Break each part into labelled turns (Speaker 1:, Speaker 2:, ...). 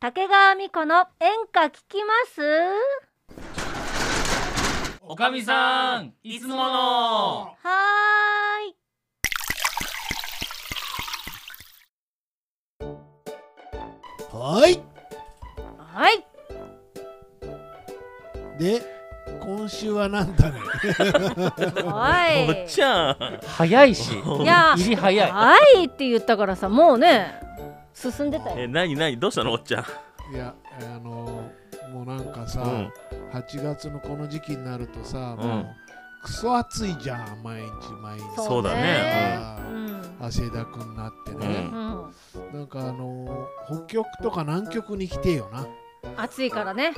Speaker 1: 竹川美子の演歌聞きます
Speaker 2: おかみさんいつもの
Speaker 1: はーい
Speaker 3: はい
Speaker 1: はい
Speaker 3: で今週はなんだね
Speaker 1: は
Speaker 4: おっ
Speaker 1: い
Speaker 4: ちゃん
Speaker 2: 早いし
Speaker 1: いや
Speaker 2: 入り早い
Speaker 1: はいって言ったからさもうね進んでたよ
Speaker 4: え何何どうしたのおっちゃん
Speaker 3: いやあのもうなんかさ、
Speaker 4: うん
Speaker 3: 8月のこの時期になるとさ、
Speaker 4: うん
Speaker 3: もうクソ暑いじゃん毎日毎日
Speaker 4: そうだね
Speaker 3: あ
Speaker 1: う
Speaker 3: ー
Speaker 1: ん
Speaker 3: 汗だくになってね
Speaker 1: う、ん
Speaker 3: なんかあのー北極とか南極に来てよな
Speaker 1: 暑いからね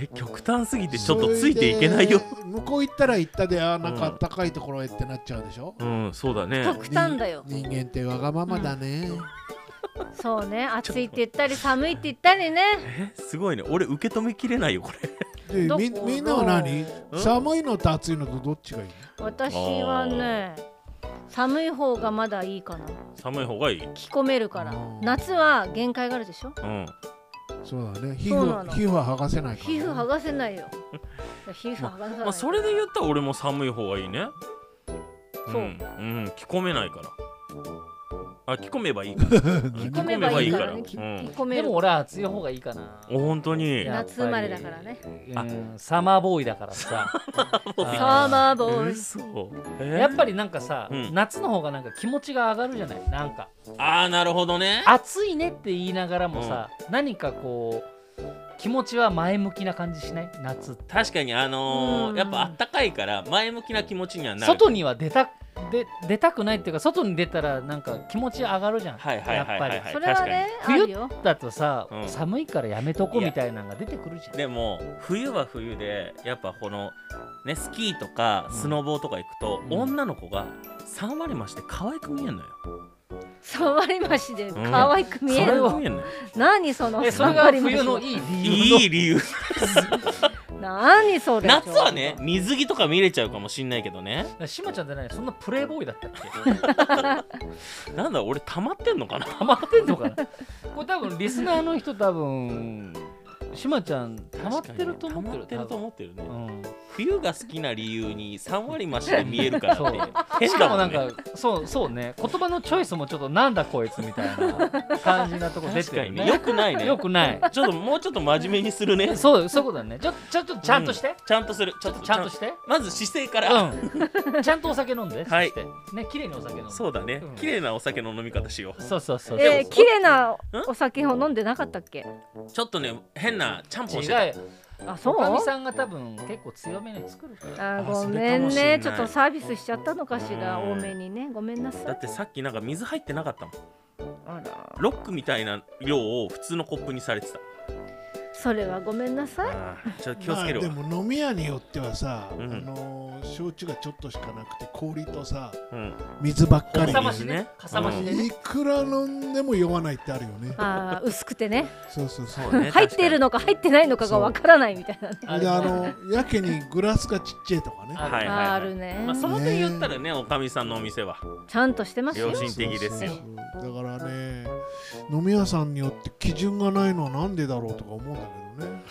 Speaker 4: え極端すぎてちょっとついていけないよ
Speaker 3: それで向こう行ったら行ったであーなんかあ
Speaker 4: うん
Speaker 3: ったかいところへってなっちゃうでしょ、
Speaker 4: うんそうだね
Speaker 1: 極端だよ
Speaker 3: 人間ってわがままだね、
Speaker 1: そうね暑いって言ったり寒いって言ったりね
Speaker 4: えすごいね俺受け止めきれないよこれ
Speaker 3: で
Speaker 1: どこ
Speaker 3: みみんなは何
Speaker 4: うん
Speaker 3: 寒いのと暑いのとどっちがいい
Speaker 1: 私はね寒い方がまだいいかな
Speaker 4: 寒い方がいい
Speaker 1: 着込めるから
Speaker 3: うん
Speaker 1: 夏は限界があるでしょ
Speaker 4: うん
Speaker 3: そうだね皮
Speaker 1: そうな
Speaker 3: 膚
Speaker 1: の
Speaker 3: 皮膚は剥がせないから、
Speaker 1: 皮膚剥がせないよ皮膚剥がさない、
Speaker 4: まあそれで言ったら俺も寒い方がいいね
Speaker 1: そうん
Speaker 4: うん着込めないからあ着込めばいいから
Speaker 1: 着
Speaker 4: 着
Speaker 1: 込めばいいからね着着
Speaker 4: 込めばいいか
Speaker 1: 込め
Speaker 2: で
Speaker 1: る
Speaker 2: も俺は暑い方がいいかな
Speaker 4: らうんお本当に
Speaker 2: やっぱり
Speaker 1: 夏生まれだからね
Speaker 4: あ
Speaker 2: うんサマーボーイだからさ
Speaker 1: サーマーボーイ
Speaker 4: 嘘
Speaker 2: うんやっぱりなんかさ
Speaker 4: うん
Speaker 2: 夏の方がなんか気持ちが上がるじゃないなんか
Speaker 4: ああなるほどね
Speaker 2: 暑いねって言いながらもさ何かこう気持ちは前向きな感じしない夏って
Speaker 4: 確かにあの
Speaker 1: う
Speaker 4: ー
Speaker 1: ん
Speaker 4: やっぱあったかいから前向きな気持ちにはなる
Speaker 2: 外には出たで出たくないっていうか外に出たらなんか気持ち上がるじゃん、
Speaker 4: はいはいはいはい
Speaker 2: やっぱ
Speaker 4: はい
Speaker 1: それはねあ
Speaker 2: 冬
Speaker 1: るよ
Speaker 2: りだとさ、
Speaker 4: うん
Speaker 2: 寒いからやめとこうみたいなのが出てくるじゃん
Speaker 4: でも冬は冬でやっぱこのねスキーとか
Speaker 2: うん
Speaker 4: スノボーとか行くと、
Speaker 2: うん
Speaker 4: 女の子が3割増して可愛く見えんのよ。
Speaker 1: 触りましで可愛く見え
Speaker 4: それ
Speaker 1: る
Speaker 4: は
Speaker 1: の、
Speaker 4: 見えんのよ
Speaker 1: 何その
Speaker 2: えそれが冬のいい理由の
Speaker 4: いい理 由
Speaker 1: 何それ
Speaker 4: 夏はね水着とか見れちゃうかもしんないけどね
Speaker 2: しまちゃんじゃないそんなプレイボーイだったっけ
Speaker 4: なんだ俺溜まってんのかな
Speaker 2: ハマってんのかな これ多分リスナーの人多分しまちゃん溜まってると思って
Speaker 4: 溜まって
Speaker 2: る
Speaker 4: ると思ってるね、
Speaker 2: 多分
Speaker 4: 冬が好きな理由に3割増して見えるからって
Speaker 2: そううん、し
Speaker 4: 変
Speaker 2: か
Speaker 4: だ
Speaker 2: も
Speaker 4: も
Speaker 2: なんん
Speaker 4: ね
Speaker 2: かそうそうね言葉のチョイスもちょっとなんだこいつみたいな感じなとこ出
Speaker 4: 確
Speaker 2: て
Speaker 4: か
Speaker 2: る
Speaker 4: に
Speaker 2: ね
Speaker 4: ねよくないね
Speaker 2: よくない
Speaker 4: ちょっともうちょっと真面目にするね
Speaker 2: そうそういうことだねちょちょっと ちゃんとして、
Speaker 4: うちゃんとするちょっと
Speaker 2: ちゃんとして
Speaker 4: まず姿勢から、
Speaker 2: うん、ちゃんとお酒飲んで、
Speaker 4: はい
Speaker 2: そしてね綺麗にお酒飲んで
Speaker 4: そうだね
Speaker 2: うん
Speaker 4: 綺麗なお酒の飲み方しよう
Speaker 2: そうそうそう
Speaker 1: えー、綺麗な
Speaker 4: うん
Speaker 1: お酒を飲んでなかったっけ
Speaker 4: ちょっとね変なちゃんぽんしてた
Speaker 2: 違う
Speaker 1: あそ
Speaker 2: お
Speaker 1: う
Speaker 2: かみさんが多分結構強めに作るから
Speaker 1: あ
Speaker 4: あ
Speaker 1: ごめん
Speaker 4: そ
Speaker 1: ね
Speaker 4: れ
Speaker 1: ち
Speaker 4: か
Speaker 1: ょ
Speaker 4: もしんない
Speaker 1: っとサービスしちゃったのかしら
Speaker 4: うん
Speaker 1: 多めにねごめんなさ
Speaker 4: だ
Speaker 1: い
Speaker 4: ってさっきなんか水入ってなかったもん
Speaker 1: あら
Speaker 4: ロックみたいな量を普通のコップにされてた
Speaker 1: それはごめんなさい
Speaker 4: あーちょっと気をつけるわ、
Speaker 3: まあ、でも飲み屋によってはさ、
Speaker 4: うん
Speaker 3: あのー焼酎がちょっとしかなくて氷とさ
Speaker 4: うん、
Speaker 3: 水ばっかり
Speaker 2: か
Speaker 4: お
Speaker 2: さ増しね
Speaker 4: ね
Speaker 2: かさ増しでね
Speaker 3: いくら飲んでも酔わないってあるよね
Speaker 1: あー薄くてね
Speaker 3: そうそうそう
Speaker 4: そうね
Speaker 1: 入ってる
Speaker 4: の
Speaker 1: のか入ってないのかがわからないみたいなね
Speaker 3: であのやけにグラスがちっちゃいとかね
Speaker 2: あ
Speaker 4: はいはい、はい、
Speaker 1: あるね
Speaker 4: まあ、その点言ったらねおかみさんのお店は
Speaker 1: ちゃんとしてますよ
Speaker 4: 良心的ですよ
Speaker 3: そうそうそうだからね飲み屋さんによって基準がないのはなんでだろうとか思うんだけどね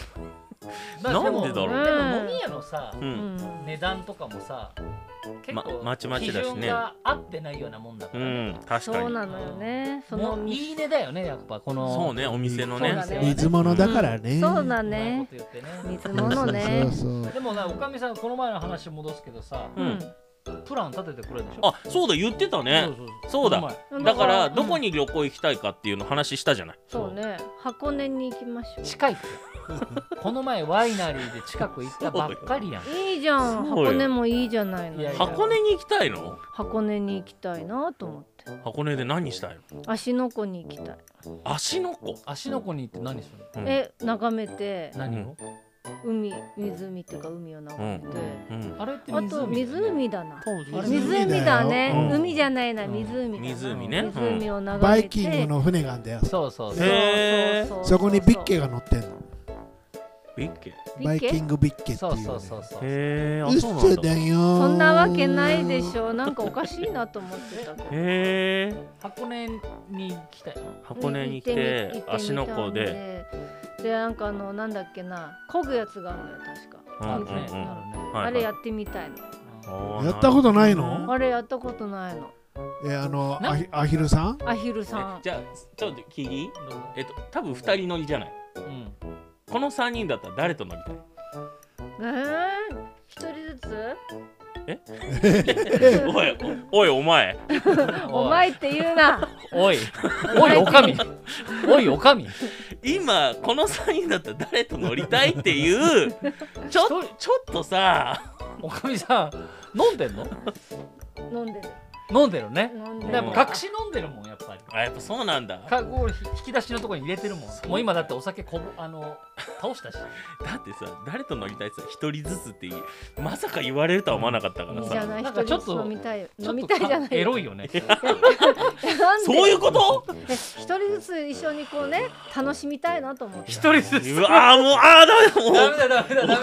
Speaker 2: まあで
Speaker 4: な
Speaker 2: も
Speaker 4: んでだ
Speaker 1: ろう
Speaker 2: でも飲み屋のさ
Speaker 4: う、
Speaker 1: うんん
Speaker 2: 値段とかもさ結構
Speaker 4: ままちまちだしね
Speaker 2: 基準が合ってないようなもんだか
Speaker 4: う
Speaker 2: らね
Speaker 4: ん、確
Speaker 1: そう
Speaker 4: か
Speaker 1: なのよねそ
Speaker 2: も
Speaker 1: の
Speaker 2: ういい値だよねやっぱこ
Speaker 4: に
Speaker 2: の
Speaker 4: そうねお店のね
Speaker 1: そうだね
Speaker 3: 水物だからね、
Speaker 1: そうだ
Speaker 2: うまいこ
Speaker 1: ね
Speaker 2: と言ってね
Speaker 1: 水物ね
Speaker 3: そうそう
Speaker 2: でもなおかみさんこの前の話戻すけどさ
Speaker 4: う
Speaker 1: うんん
Speaker 2: プラン立ててくれるでしょ
Speaker 4: あそうだ言ってたね
Speaker 2: そうそうそう
Speaker 4: そうだ
Speaker 2: この前
Speaker 4: だから
Speaker 1: うん
Speaker 4: どこに旅行行きたいかっていうの話したじゃない、
Speaker 1: そうね箱根に行きましょ
Speaker 2: 近いってこの前ワイナリーで近く行ったばっかりやん
Speaker 1: ういいじゃん
Speaker 4: そうよ
Speaker 1: 箱根もいいじゃないの
Speaker 2: いやいや
Speaker 4: 箱根に行きたいの
Speaker 1: 箱根に行きたいなと思って
Speaker 4: 箱根で何したい
Speaker 1: 芦ノ湖に行きたい
Speaker 4: の芦ノ湖
Speaker 2: 芦ノ湖に行って何するの
Speaker 4: うん
Speaker 1: え眺めて
Speaker 2: 何を、
Speaker 1: 海湖っていうか海を眺めて
Speaker 4: うん
Speaker 2: あれって
Speaker 1: あ
Speaker 2: 湖
Speaker 1: と湖だな
Speaker 2: あれ
Speaker 1: 湖だね
Speaker 4: うん
Speaker 1: 海じゃないな
Speaker 2: うん
Speaker 1: 湖だな
Speaker 4: 湖ねうん
Speaker 1: 湖を眺
Speaker 3: バ
Speaker 1: め
Speaker 3: イキング
Speaker 1: て
Speaker 3: の船があんだよ
Speaker 2: そうそうそう
Speaker 4: へー
Speaker 1: うううう
Speaker 3: そこにビッケが乗ってんの
Speaker 4: ビッケ
Speaker 3: バイキングビッケってい、
Speaker 2: そうう
Speaker 3: ね、
Speaker 2: そうそうそう
Speaker 5: へえあ
Speaker 3: うっ
Speaker 5: そうなん
Speaker 3: せ
Speaker 5: だ
Speaker 3: だ
Speaker 5: へ
Speaker 3: よ
Speaker 1: そんなわけないでしょなんかおかしいなと思ってたけど
Speaker 5: え
Speaker 2: 箱根に来たよ
Speaker 5: 箱根に来
Speaker 1: 行ってみ
Speaker 5: て
Speaker 1: 行ってみ
Speaker 5: 芦ノ湖
Speaker 1: たん
Speaker 5: で
Speaker 1: でなんかあのなんだっけな漕ぐやつがあるのよ確か、
Speaker 4: う
Speaker 2: あ
Speaker 4: ん
Speaker 2: る
Speaker 4: うんうん
Speaker 2: ねあるね
Speaker 4: はい
Speaker 1: あれやってみたいの
Speaker 5: あー
Speaker 3: やったことない
Speaker 5: なるほ
Speaker 3: の
Speaker 1: あれやったことないの
Speaker 3: えあの
Speaker 2: な
Speaker 3: アヒアヒルさん
Speaker 1: アヒルさ
Speaker 4: え
Speaker 1: ん
Speaker 4: じゃあちょっと聞いていい
Speaker 2: どうぞ
Speaker 4: えっと多分二人乗りじゃない
Speaker 2: うん
Speaker 4: この三人だったら誰と乗りたい
Speaker 1: えー、一人ずつ
Speaker 4: おいおおいお前
Speaker 1: お前って言うな
Speaker 2: おいおいおかみおいおかみ
Speaker 4: 今この3人だったら誰と乗りたいっていうちょ
Speaker 2: 一人
Speaker 4: ちょっとさ
Speaker 2: おかみさん飲んでんの
Speaker 1: 飲んでる
Speaker 2: 飲んでるね
Speaker 1: 飲んで
Speaker 2: で
Speaker 1: る
Speaker 4: や
Speaker 2: も
Speaker 4: っぱ
Speaker 2: 隠し飲んでるもんやっぱり
Speaker 4: あやっぱそうなんだだ
Speaker 2: かゴール引き出しのところに入れてるもんもう今だってお酒こぼあの 倒したし
Speaker 4: ってさ誰と乗りたいってさ1人ずつっていうまさか言われるとは思わなかったから
Speaker 1: いいじゃ
Speaker 4: さ
Speaker 1: ない
Speaker 2: なん
Speaker 1: 一
Speaker 2: かち
Speaker 1: 人
Speaker 2: ょっ
Speaker 1: ずつ
Speaker 2: と
Speaker 1: 飲みたいよ
Speaker 2: ちょ
Speaker 1: 飲
Speaker 2: っ
Speaker 1: み
Speaker 2: と
Speaker 1: たいじゃない
Speaker 2: エロいよね
Speaker 1: なんで
Speaker 4: そういう こと
Speaker 1: え一人ずつ一緒にこうね楽しみたいなと思って
Speaker 2: 一人ずつ
Speaker 4: うわーもうあーダメ
Speaker 2: ダメ
Speaker 4: だ
Speaker 2: だダ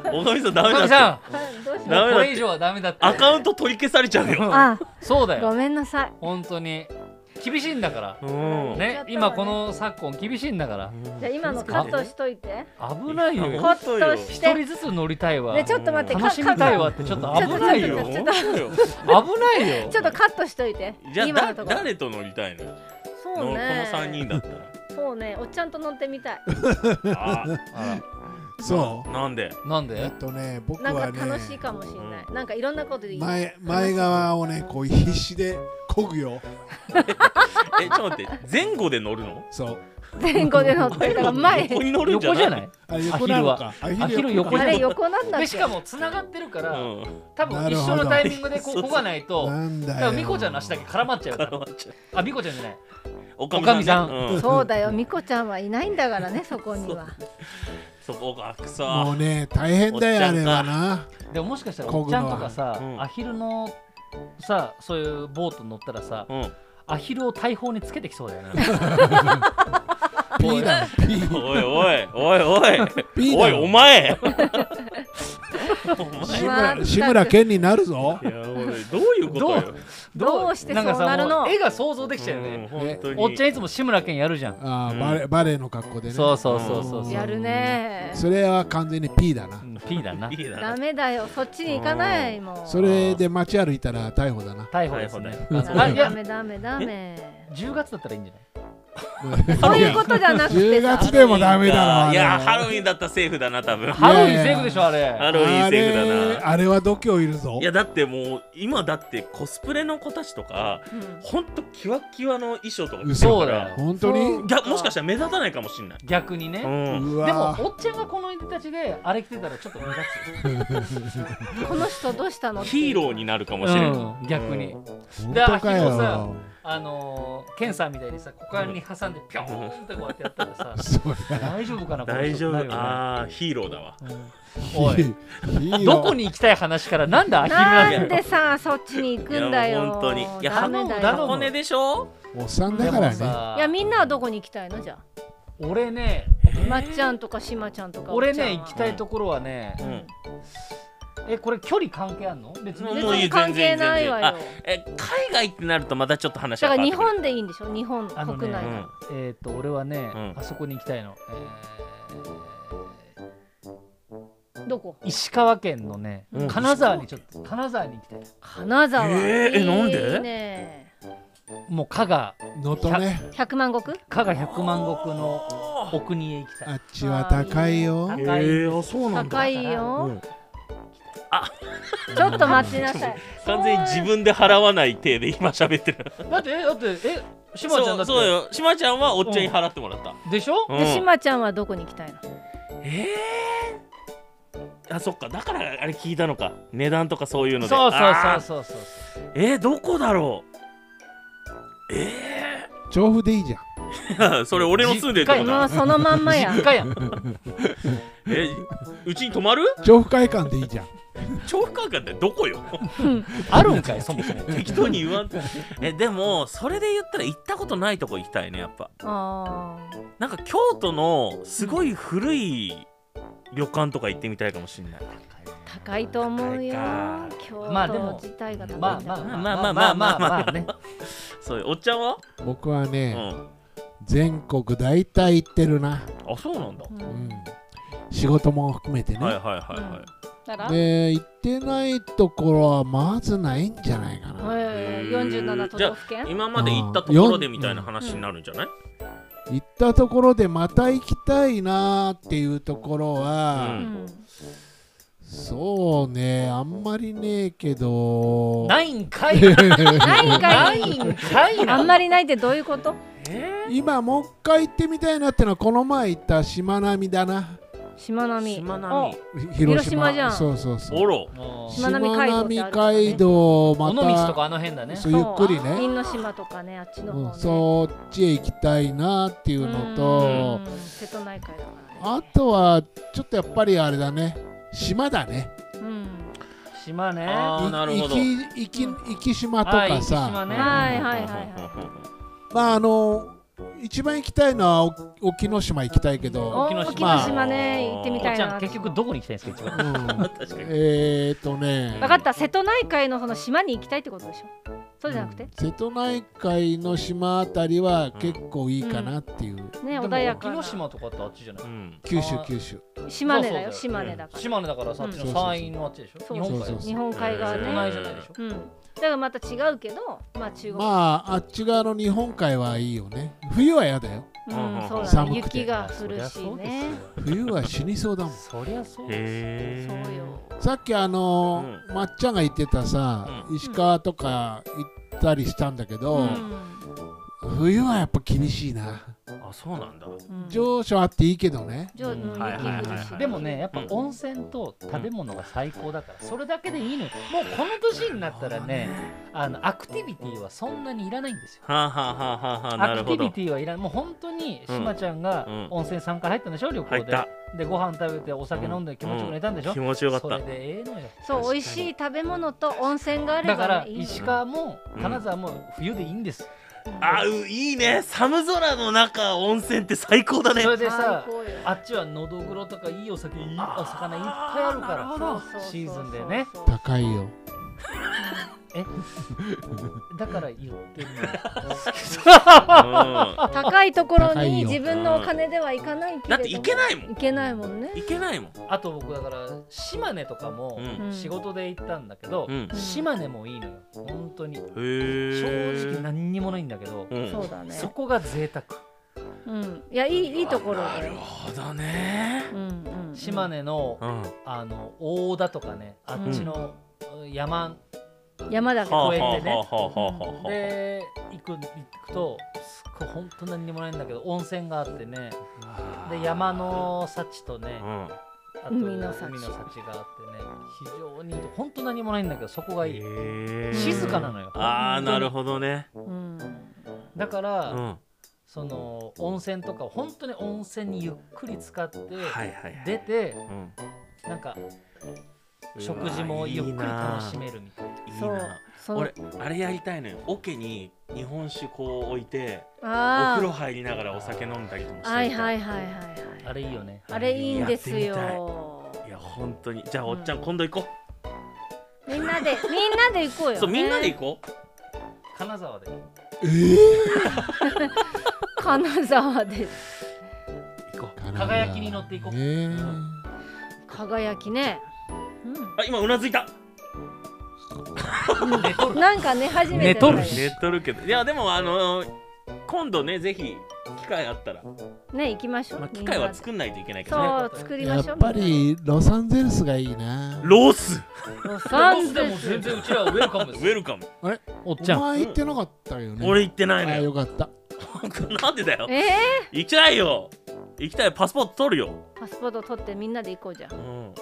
Speaker 2: メだ
Speaker 4: もう
Speaker 2: ダ
Speaker 4: だおかみさんおかみ
Speaker 2: メだ
Speaker 4: さんダ
Speaker 2: お
Speaker 4: メ
Speaker 2: かみ
Speaker 4: だって
Speaker 2: さ
Speaker 1: はいどうし
Speaker 2: ん
Speaker 1: よう
Speaker 4: ダ
Speaker 2: も
Speaker 4: メだっ
Speaker 2: う
Speaker 4: て
Speaker 2: これ以上はダメだって
Speaker 4: アカウント取り消されちゃうよ
Speaker 1: あ
Speaker 2: そうだ
Speaker 1: ご
Speaker 2: よ
Speaker 1: めんなさい
Speaker 2: 本当に厳しいんだから
Speaker 4: うん
Speaker 1: 言っちゃ
Speaker 2: ね
Speaker 1: ったわ
Speaker 2: 今
Speaker 1: ね
Speaker 2: この昨今厳しいんだから
Speaker 1: じゃあ今のカットしといて
Speaker 2: 危ないよ
Speaker 1: カット
Speaker 2: 一
Speaker 1: して
Speaker 2: 人ずつ乗りたいわ
Speaker 1: ねちょっと待って
Speaker 2: 楽しみたいわってちょっと危ないよ
Speaker 1: ちょっとちょっとちょっと
Speaker 4: 本当よ
Speaker 2: 危ないよ
Speaker 1: ちょっとカットしといて
Speaker 4: じゃあ
Speaker 1: 今
Speaker 4: だ
Speaker 1: のところ
Speaker 4: 誰と乗りたいのの
Speaker 1: そう
Speaker 4: この
Speaker 1: ね
Speaker 4: 3人だったら
Speaker 1: そうねおっちゃんと乗ってみたい
Speaker 4: あ
Speaker 2: あ
Speaker 3: そ
Speaker 4: なんで
Speaker 2: らなん
Speaker 3: うえ
Speaker 2: で
Speaker 3: っとね僕
Speaker 1: なん
Speaker 3: は
Speaker 1: か
Speaker 3: ね
Speaker 1: 楽しいかもしれないなんかいろんなことでいい
Speaker 3: 前前側をねこう必死でこぐよ
Speaker 4: えちょっと待って前後で乗るの
Speaker 3: そう
Speaker 1: 前後で乗ってるから前
Speaker 4: 横に乗るんじゃ
Speaker 2: 横
Speaker 4: ない
Speaker 2: じゃない
Speaker 3: あれ横なのかア
Speaker 2: ルはア
Speaker 3: か
Speaker 1: あれ横なんだっ
Speaker 2: で
Speaker 1: け
Speaker 2: しかも繋がってるから、
Speaker 4: うん
Speaker 2: 多分一緒のタイミングでこ
Speaker 4: なるほ
Speaker 2: う
Speaker 4: ど
Speaker 2: こがないと
Speaker 3: なんだ
Speaker 2: だ
Speaker 3: よ
Speaker 2: からミコちゃんの足だけ絡まっちゃうからあミコちゃんじゃない
Speaker 4: お
Speaker 2: かみさん
Speaker 4: ねう
Speaker 1: そうだよみこちゃんはいないんだからねそこには
Speaker 4: そこがく
Speaker 3: も
Speaker 4: そう
Speaker 3: ね大変だよ
Speaker 4: お
Speaker 3: あ
Speaker 4: っちゃ
Speaker 3: れ
Speaker 4: んか
Speaker 3: はな
Speaker 2: でももしかしたらおっちゃんとかさ、
Speaker 4: こぐのはうん
Speaker 2: アヒルのさそういうボートに乗ったらさ
Speaker 4: うん。
Speaker 2: アヒルを大砲につけてきそうだよね
Speaker 3: P だろ P
Speaker 4: おいおいおいおい
Speaker 3: P
Speaker 4: お
Speaker 3: だ
Speaker 4: い
Speaker 3: ろ
Speaker 4: お 前
Speaker 3: 志
Speaker 1: まあ
Speaker 3: 村志村けんになるぞ
Speaker 4: いやおいどういうことよ
Speaker 1: どうしてそう
Speaker 2: かさ
Speaker 1: なるの
Speaker 2: もう絵が想像できちゃうよ
Speaker 4: うん
Speaker 2: ね、
Speaker 4: 本当に
Speaker 2: おっちゃんいつも志村けんやるじゃん、
Speaker 3: あ
Speaker 4: う
Speaker 3: ー
Speaker 4: ん
Speaker 3: バレバレエの格好でね
Speaker 2: そうそうそうそうそう
Speaker 1: やるね
Speaker 3: それは完全に P だな
Speaker 2: うん P だない
Speaker 4: いだ
Speaker 1: ダ
Speaker 4: な
Speaker 1: メだよそっちに行かないもう
Speaker 3: それで街歩いたら逮捕だな
Speaker 2: 逮捕ですね
Speaker 3: 逮捕だ
Speaker 2: あい
Speaker 1: ダ
Speaker 2: や
Speaker 1: メダメダメ
Speaker 2: 10月だったらいいんじゃない
Speaker 1: そういう ことじゃなくて
Speaker 3: 10
Speaker 1: さ
Speaker 3: 月でもダメだろあれ
Speaker 4: いやハロウィンだったらセーフだな多分
Speaker 2: ハロウィンセーフでしょあれ
Speaker 4: ハロウィンセーフだ
Speaker 3: あれ
Speaker 4: な
Speaker 3: あれは度胸いるぞ
Speaker 4: いやだってもう今だってコスプレの子たちとかほんとキワキワの衣装とか着てる
Speaker 2: そ
Speaker 4: か
Speaker 2: うだよ
Speaker 4: ら
Speaker 3: 本当に
Speaker 4: いやもしかしたら目立たないかもしんない
Speaker 2: 逆にね、
Speaker 4: うん
Speaker 3: う
Speaker 2: でも
Speaker 3: わ
Speaker 2: おっちゃんがこのいでたちであれ着てたらちょっと目立
Speaker 1: うんこの人どうしたの
Speaker 4: ヒーローになるかもしれない
Speaker 2: つ、うん、逆に、
Speaker 3: 本
Speaker 2: で
Speaker 3: 当か
Speaker 2: アヒルさ
Speaker 3: よ
Speaker 2: あのー、ケンさんみたいにさ股間に挟んでピョーンってこうやってやったらさ
Speaker 3: そ
Speaker 2: 大丈夫かなこの
Speaker 4: 大
Speaker 2: 人
Speaker 4: 丈
Speaker 2: っ
Speaker 4: 夫
Speaker 2: てなるよね
Speaker 4: ああヒーローだわ
Speaker 2: おい
Speaker 3: りゃいいよ
Speaker 2: どこに行きたい話からなんだアヒルな
Speaker 1: なん
Speaker 2: だよ
Speaker 1: んでさそっちに行くんだ
Speaker 4: い
Speaker 1: よ
Speaker 4: や本当にいや
Speaker 1: ダメだ
Speaker 2: 頼む頼
Speaker 1: よ
Speaker 2: む
Speaker 4: 箱根でしょ
Speaker 3: おっさん
Speaker 2: で
Speaker 3: だから
Speaker 2: も
Speaker 3: ね
Speaker 2: さ
Speaker 1: いやみんなはどこに行きたいのじゃ
Speaker 2: 俺ね
Speaker 1: あまっちゃんとかしまちゃんとか
Speaker 2: 俺ね行
Speaker 1: おっ
Speaker 2: き
Speaker 1: ち
Speaker 2: たいところはね
Speaker 4: う、ん
Speaker 2: えこれ距離関係あんの別に
Speaker 1: ゃんは
Speaker 4: もういい
Speaker 1: 別に関係
Speaker 4: 全然全然
Speaker 1: ないわよ
Speaker 4: あえ海外ってなるとまたちょっと話
Speaker 1: だ
Speaker 4: が
Speaker 1: か
Speaker 4: 変
Speaker 1: ら
Speaker 4: わっ
Speaker 1: 日
Speaker 4: て
Speaker 1: 本
Speaker 4: くる
Speaker 1: でいいんでしょ日本
Speaker 2: あのね
Speaker 1: 国内の
Speaker 2: えっ、ー、と俺はね、
Speaker 4: ん
Speaker 2: あそこに行きたいの、え
Speaker 1: どこ
Speaker 2: ー、石川県のね、
Speaker 4: うん
Speaker 2: 金沢にちょっと金沢に行きたい
Speaker 1: 金沢
Speaker 4: えーえなんで
Speaker 1: いいね
Speaker 2: もう加賀
Speaker 3: のとね
Speaker 1: 百万石
Speaker 2: 加賀百万石の奥にへ行きた
Speaker 3: あ
Speaker 2: い
Speaker 3: っちは高いよ
Speaker 2: 高い、
Speaker 4: ー、あそう
Speaker 1: 高い
Speaker 4: うん
Speaker 1: よ
Speaker 4: あ
Speaker 1: ちょっと待ちなさい
Speaker 4: 完全に自分で払わない体で今喋ってる
Speaker 2: だってえだってえしまちゃんだって
Speaker 4: そうそうよしまちゃんはおっちゃんに払ってもらった、
Speaker 2: でしょ、
Speaker 4: うん
Speaker 1: でしまちゃんはどこに行きたいの
Speaker 4: えー、あそっかだからあれ聞いたのか値段とかそういうので
Speaker 2: そうそう
Speaker 4: あー
Speaker 2: そうそうそう
Speaker 4: えー、どこだろうえ
Speaker 3: 調布でいいじゃん
Speaker 4: ー、それ俺の住んでるとこ
Speaker 1: も
Speaker 4: だ
Speaker 1: うそのまんま や
Speaker 2: 実家やん
Speaker 4: えうちに泊まる
Speaker 3: 調布会館でいいじゃん
Speaker 4: 超不可感ってどこよ
Speaker 2: あるんかいそもそも
Speaker 4: 適当に言わんとえでもそれで言ったら行ったことないとこ行きたいねやっぱ
Speaker 1: あ
Speaker 4: なんか京都のすごい古い旅館とか行ってみたいかもしれない
Speaker 1: 高いと思うよ
Speaker 4: 高いか
Speaker 1: 京
Speaker 2: まあで
Speaker 1: 都
Speaker 2: も
Speaker 1: 自体が高いんだから、
Speaker 2: まあまあ
Speaker 4: ま
Speaker 2: ま
Speaker 4: あ
Speaker 2: あ
Speaker 4: ま
Speaker 2: ま
Speaker 4: あま
Speaker 2: あま
Speaker 4: あまあ
Speaker 2: あ
Speaker 4: まあ
Speaker 2: まあね
Speaker 4: そういうおっちゃんは、
Speaker 3: 僕は
Speaker 4: う
Speaker 3: ね、
Speaker 4: ん、
Speaker 3: 全国大体行ってるな、
Speaker 4: あそうなんだ、
Speaker 1: うん
Speaker 3: うん、仕事も含めてね、
Speaker 4: はいはいはいはい、
Speaker 1: だから、
Speaker 3: で行ってないところはまずないんじゃないかな、
Speaker 1: えー、47都道府県
Speaker 4: 今まで行ったところでみたいな話になるんじゃない、
Speaker 3: 行ったところでまた行きたいなーっていうところ
Speaker 4: う
Speaker 1: う
Speaker 3: は、
Speaker 4: ん
Speaker 1: ん
Speaker 3: そうねあんまりねえけど
Speaker 2: ないんかいな
Speaker 1: ないんかい
Speaker 2: いんかいな
Speaker 1: あんまりないってどういうこと
Speaker 3: 今もう一回行ってみたいなってのはこの前行ったしまなみだな
Speaker 1: しまなみ
Speaker 4: 島並み
Speaker 3: 広島
Speaker 1: 広島じゃん
Speaker 3: そうそうそう
Speaker 4: おろ
Speaker 2: もう
Speaker 1: しまなみ海道
Speaker 3: しまなみ
Speaker 1: ってあるからね
Speaker 3: 海道ま
Speaker 2: 尾
Speaker 3: た
Speaker 2: 道とかあの辺だね
Speaker 3: そうゆっくり
Speaker 1: そう
Speaker 3: ね、
Speaker 1: 因島とかねあっちの方
Speaker 3: う
Speaker 1: ね、
Speaker 3: ん、そっちへ行きたいなっていうのと
Speaker 1: うん瀬戸内海だから
Speaker 3: あ
Speaker 1: ね
Speaker 3: とはちょっとやっぱりあれだね島だね
Speaker 1: うん
Speaker 2: 島ね
Speaker 4: あー
Speaker 3: い
Speaker 4: なるほど
Speaker 3: 行き行き行き島と
Speaker 2: あー
Speaker 3: か
Speaker 2: 行き島
Speaker 3: さ、
Speaker 2: ね
Speaker 1: はいはいはいはい
Speaker 3: まああの一番行きたいのはお沖ノ島行きたいけど、
Speaker 1: お
Speaker 2: 沖ノ島
Speaker 1: 沖ノ島ね行ってみ
Speaker 2: お
Speaker 1: た
Speaker 2: っ
Speaker 1: い
Speaker 2: ち
Speaker 1: な
Speaker 2: ゃん結局どこに行きたいんですか一番
Speaker 3: うん
Speaker 4: 確かに
Speaker 3: えーとね
Speaker 1: 分かった瀬戸内海のその島に行きたいってことでしょそうじゃなくて、
Speaker 3: 瀬戸内海の島あたりは結構いいかなっていう、
Speaker 1: ね
Speaker 2: でも
Speaker 1: 穏やか
Speaker 2: 沖
Speaker 1: な
Speaker 2: ノ島とかってあっちじゃない
Speaker 4: うん
Speaker 3: 九州
Speaker 2: あー
Speaker 3: 九州
Speaker 1: 島根だよ
Speaker 2: そうそう
Speaker 1: 島根だから、
Speaker 2: 島根だからさあっちの山陰のあっちでし
Speaker 1: そ
Speaker 2: ょ
Speaker 1: う
Speaker 2: 日本海
Speaker 3: そう
Speaker 2: でし
Speaker 1: 日本海側
Speaker 2: ょ
Speaker 1: ね、
Speaker 2: 東南じゃないでしょ
Speaker 1: うん、だからまた違うけど、まあ中国、
Speaker 3: まああっち側の日本海はいいよね冬は嫌だよ
Speaker 1: うん、そうだね、
Speaker 3: 寒くて
Speaker 1: 雪が降るしね。
Speaker 3: 冬は死にそうだも ん
Speaker 2: そりゃそうで
Speaker 4: へ
Speaker 2: す
Speaker 1: そ
Speaker 4: え
Speaker 1: うよ。
Speaker 3: さっきあのーまっちゃんが言ってたさ、石川とか行ったりしたんだけど、
Speaker 1: うん
Speaker 3: 冬はやっぱ厳しいな
Speaker 4: あそうなんだ
Speaker 1: うん
Speaker 3: 上昇あっていいけどね
Speaker 1: じゃあ、うん雪
Speaker 4: はいはいはい
Speaker 1: 降
Speaker 4: はい
Speaker 1: るし。
Speaker 2: でもね、やっぱ温泉と食べ物が最高だから、それだけでいいのよ。もうこの年になったらね、あのアクティビティはそんなにいらないんですよ。
Speaker 4: はあはあはあはあはあな
Speaker 2: ア
Speaker 4: る
Speaker 2: クテ
Speaker 4: ほ
Speaker 2: ィビ
Speaker 4: ど
Speaker 2: ティはいらない。もう本当に、しまちゃんが
Speaker 4: うん
Speaker 2: 温泉3回入ったんでしょ、旅
Speaker 4: 入
Speaker 2: 行
Speaker 4: っ
Speaker 2: で
Speaker 4: た。
Speaker 2: で、ご飯食べて、お酒飲んで、気持ちよく寝たんでしょ
Speaker 4: 気。持ちよかっ
Speaker 2: そ
Speaker 4: た
Speaker 2: れでええのよ。
Speaker 1: そう、美味しい食べ物と温泉があれ
Speaker 2: だか
Speaker 1: ば
Speaker 2: ら、
Speaker 1: ねいいのよ。
Speaker 2: 石川も
Speaker 4: うん
Speaker 2: 金沢も冬でいいんです。
Speaker 4: あういいね寒空の中温泉って最高だね
Speaker 2: そ れでさ
Speaker 1: 最、高よ
Speaker 2: あっちはのどぐろとかいいお酒、いいお魚いっぱいある
Speaker 4: あ
Speaker 2: か
Speaker 4: ーなるほ
Speaker 2: ら。
Speaker 4: ど
Speaker 1: そうそうそうそう
Speaker 2: シーズンでね。
Speaker 3: 高いよ
Speaker 2: だから言ってるのよ。
Speaker 4: うん
Speaker 1: 高いところ
Speaker 3: 高い
Speaker 1: に
Speaker 3: よ
Speaker 1: 自分のお金では行かないけれども。
Speaker 4: だって行けないもん
Speaker 1: 行けないもんね。
Speaker 4: 行けないもん
Speaker 2: あと僕だから島根とかも
Speaker 4: うん
Speaker 2: 仕事で行ったんだけど、
Speaker 4: うん
Speaker 2: 島根もいいのよ本当に
Speaker 4: へえ
Speaker 2: 正直何にもないんだけど、
Speaker 4: うん
Speaker 1: そうだね。
Speaker 2: そこが贅沢
Speaker 1: うん。いや、いい、いいところ
Speaker 4: な
Speaker 1: だ
Speaker 4: る
Speaker 1: よ。
Speaker 4: ほどね
Speaker 1: うんうんうん。
Speaker 2: 島根の
Speaker 4: うん
Speaker 2: あの大田とかねあっちの山
Speaker 1: 山だけど。
Speaker 2: 公園でね
Speaker 4: はあはあはあはあはあ
Speaker 2: で行く行くとすっごい本当何にもないんだけど温泉があってねで山の幸とね
Speaker 4: うん
Speaker 2: あと
Speaker 1: 海の幸
Speaker 2: 海の幸があってね非常に本当何もないんだけどそこがいい
Speaker 4: へー
Speaker 2: 静かなのよ
Speaker 4: ああ
Speaker 2: 本当に
Speaker 4: なるほどね
Speaker 1: うん。
Speaker 2: だから、
Speaker 4: うんは
Speaker 2: その温泉とか本当に温泉にゆっくり使って
Speaker 4: いはいはい
Speaker 2: 出て
Speaker 4: うん
Speaker 2: なんか食事もゆっくり楽しめるみたいな。
Speaker 4: いいな
Speaker 1: そう。その
Speaker 4: 俺あれやりたいのよ桶に日本酒こう置いてお
Speaker 1: あ
Speaker 4: 風呂
Speaker 1: あ。
Speaker 4: 入りながらお酒飲んだりとかして
Speaker 1: はいはいいはいはいはい。
Speaker 2: あれいいよね。
Speaker 1: あれいいんです
Speaker 4: やってみたい
Speaker 1: よ。
Speaker 4: いや本当にじゃあおっちゃん今度行こ
Speaker 1: みんなで、みんなで行こう
Speaker 4: う
Speaker 1: よ。
Speaker 4: そうみんなで
Speaker 1: こ
Speaker 4: 行こ
Speaker 2: 金沢で。
Speaker 1: う。金沢です。
Speaker 4: う行こう
Speaker 2: 輝きに乗っていこう
Speaker 3: ねえ
Speaker 1: 輝きね。
Speaker 4: あ今うなずいた
Speaker 2: 寝と
Speaker 1: う
Speaker 2: る
Speaker 1: ん。なんかね、初めて。
Speaker 2: 寝とる
Speaker 4: 寝とるけどいやでもあの今度ねぜひ機会あったら、
Speaker 1: ね、行きましょう。
Speaker 4: まあ、機会は
Speaker 1: みん
Speaker 4: 作んないといけないけどね
Speaker 1: なでそう、作り
Speaker 3: や
Speaker 1: ましょう。
Speaker 3: っぱりロサンゼルスがいいな
Speaker 4: ロース
Speaker 1: ロサンゼ
Speaker 2: でも
Speaker 1: ル
Speaker 2: 全
Speaker 1: ス。
Speaker 2: 然うちらはウェルカム
Speaker 4: ウ
Speaker 2: で
Speaker 4: ェ
Speaker 2: す。
Speaker 4: ルカム
Speaker 2: おっ
Speaker 3: お前行ってなかったよね、
Speaker 4: 俺行ってない
Speaker 3: あ
Speaker 4: のよ
Speaker 3: よかった
Speaker 4: なんでだよ
Speaker 1: ええ
Speaker 4: 行きたいよ行きたいパスポート取るよ、
Speaker 1: ー、パスポート取ってみんなで行こうじゃん。
Speaker 4: うん、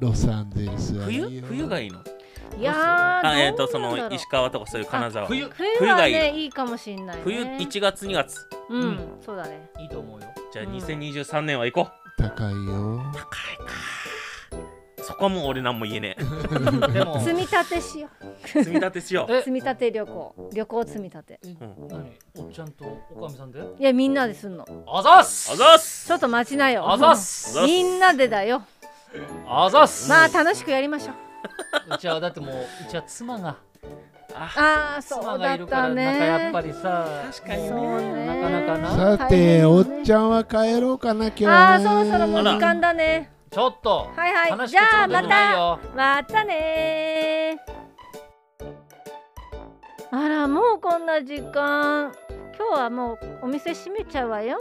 Speaker 3: ロサンゼルスはいいよ
Speaker 4: 冬冬がいいの
Speaker 1: いやー、
Speaker 4: あえっ、
Speaker 1: ど
Speaker 4: とそう
Speaker 1: なんだろ
Speaker 4: の
Speaker 1: う
Speaker 4: 石川とかそういう金沢冬
Speaker 2: 冬い
Speaker 1: 冬は
Speaker 4: 冬が
Speaker 1: ね、いいかもしれない、ね。
Speaker 4: 1月2月
Speaker 1: うん、そうだね。
Speaker 2: いと思うよ。
Speaker 4: じゃあ
Speaker 1: うん
Speaker 4: 2023年は行こ
Speaker 3: 高いよ
Speaker 4: う高いかそこはもう俺何も言えね
Speaker 2: でも
Speaker 1: 積み立てしよう。
Speaker 4: え積み立てしよ
Speaker 2: え
Speaker 1: 積み立て旅行。旅行積み立て。
Speaker 2: 何おっちゃんとおかみさんで
Speaker 1: いやみんなですんの
Speaker 2: あざっす
Speaker 4: あざっす
Speaker 1: ちょっと待ちなよ
Speaker 2: あざっす
Speaker 1: みんなでだよ
Speaker 2: あざっす
Speaker 1: まあ楽しくやりましょう
Speaker 2: うちはだってもううちは妻が
Speaker 1: ああそ
Speaker 2: 妻
Speaker 1: う
Speaker 2: が
Speaker 1: だ
Speaker 2: いる
Speaker 1: っ
Speaker 2: から
Speaker 1: た
Speaker 2: なんかやっぱ
Speaker 1: ね
Speaker 2: りさ
Speaker 4: 確かに
Speaker 1: そう
Speaker 4: ね
Speaker 1: ね
Speaker 2: なかなかな
Speaker 5: さ
Speaker 1: 大変
Speaker 5: て、
Speaker 1: だね
Speaker 5: おっちゃんは帰ろうかな、今日は
Speaker 1: ああ
Speaker 5: ね。
Speaker 1: そろそろもう時間だね
Speaker 2: ちょっと
Speaker 1: はいはい
Speaker 2: 話
Speaker 1: じゃあ
Speaker 2: 聞い
Speaker 1: ま
Speaker 2: てない
Speaker 1: た
Speaker 2: よ
Speaker 1: またねーあらもうこんな時間今日はもうお店閉めちゃうわよ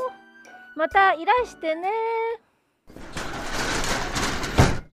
Speaker 1: またいらしてねー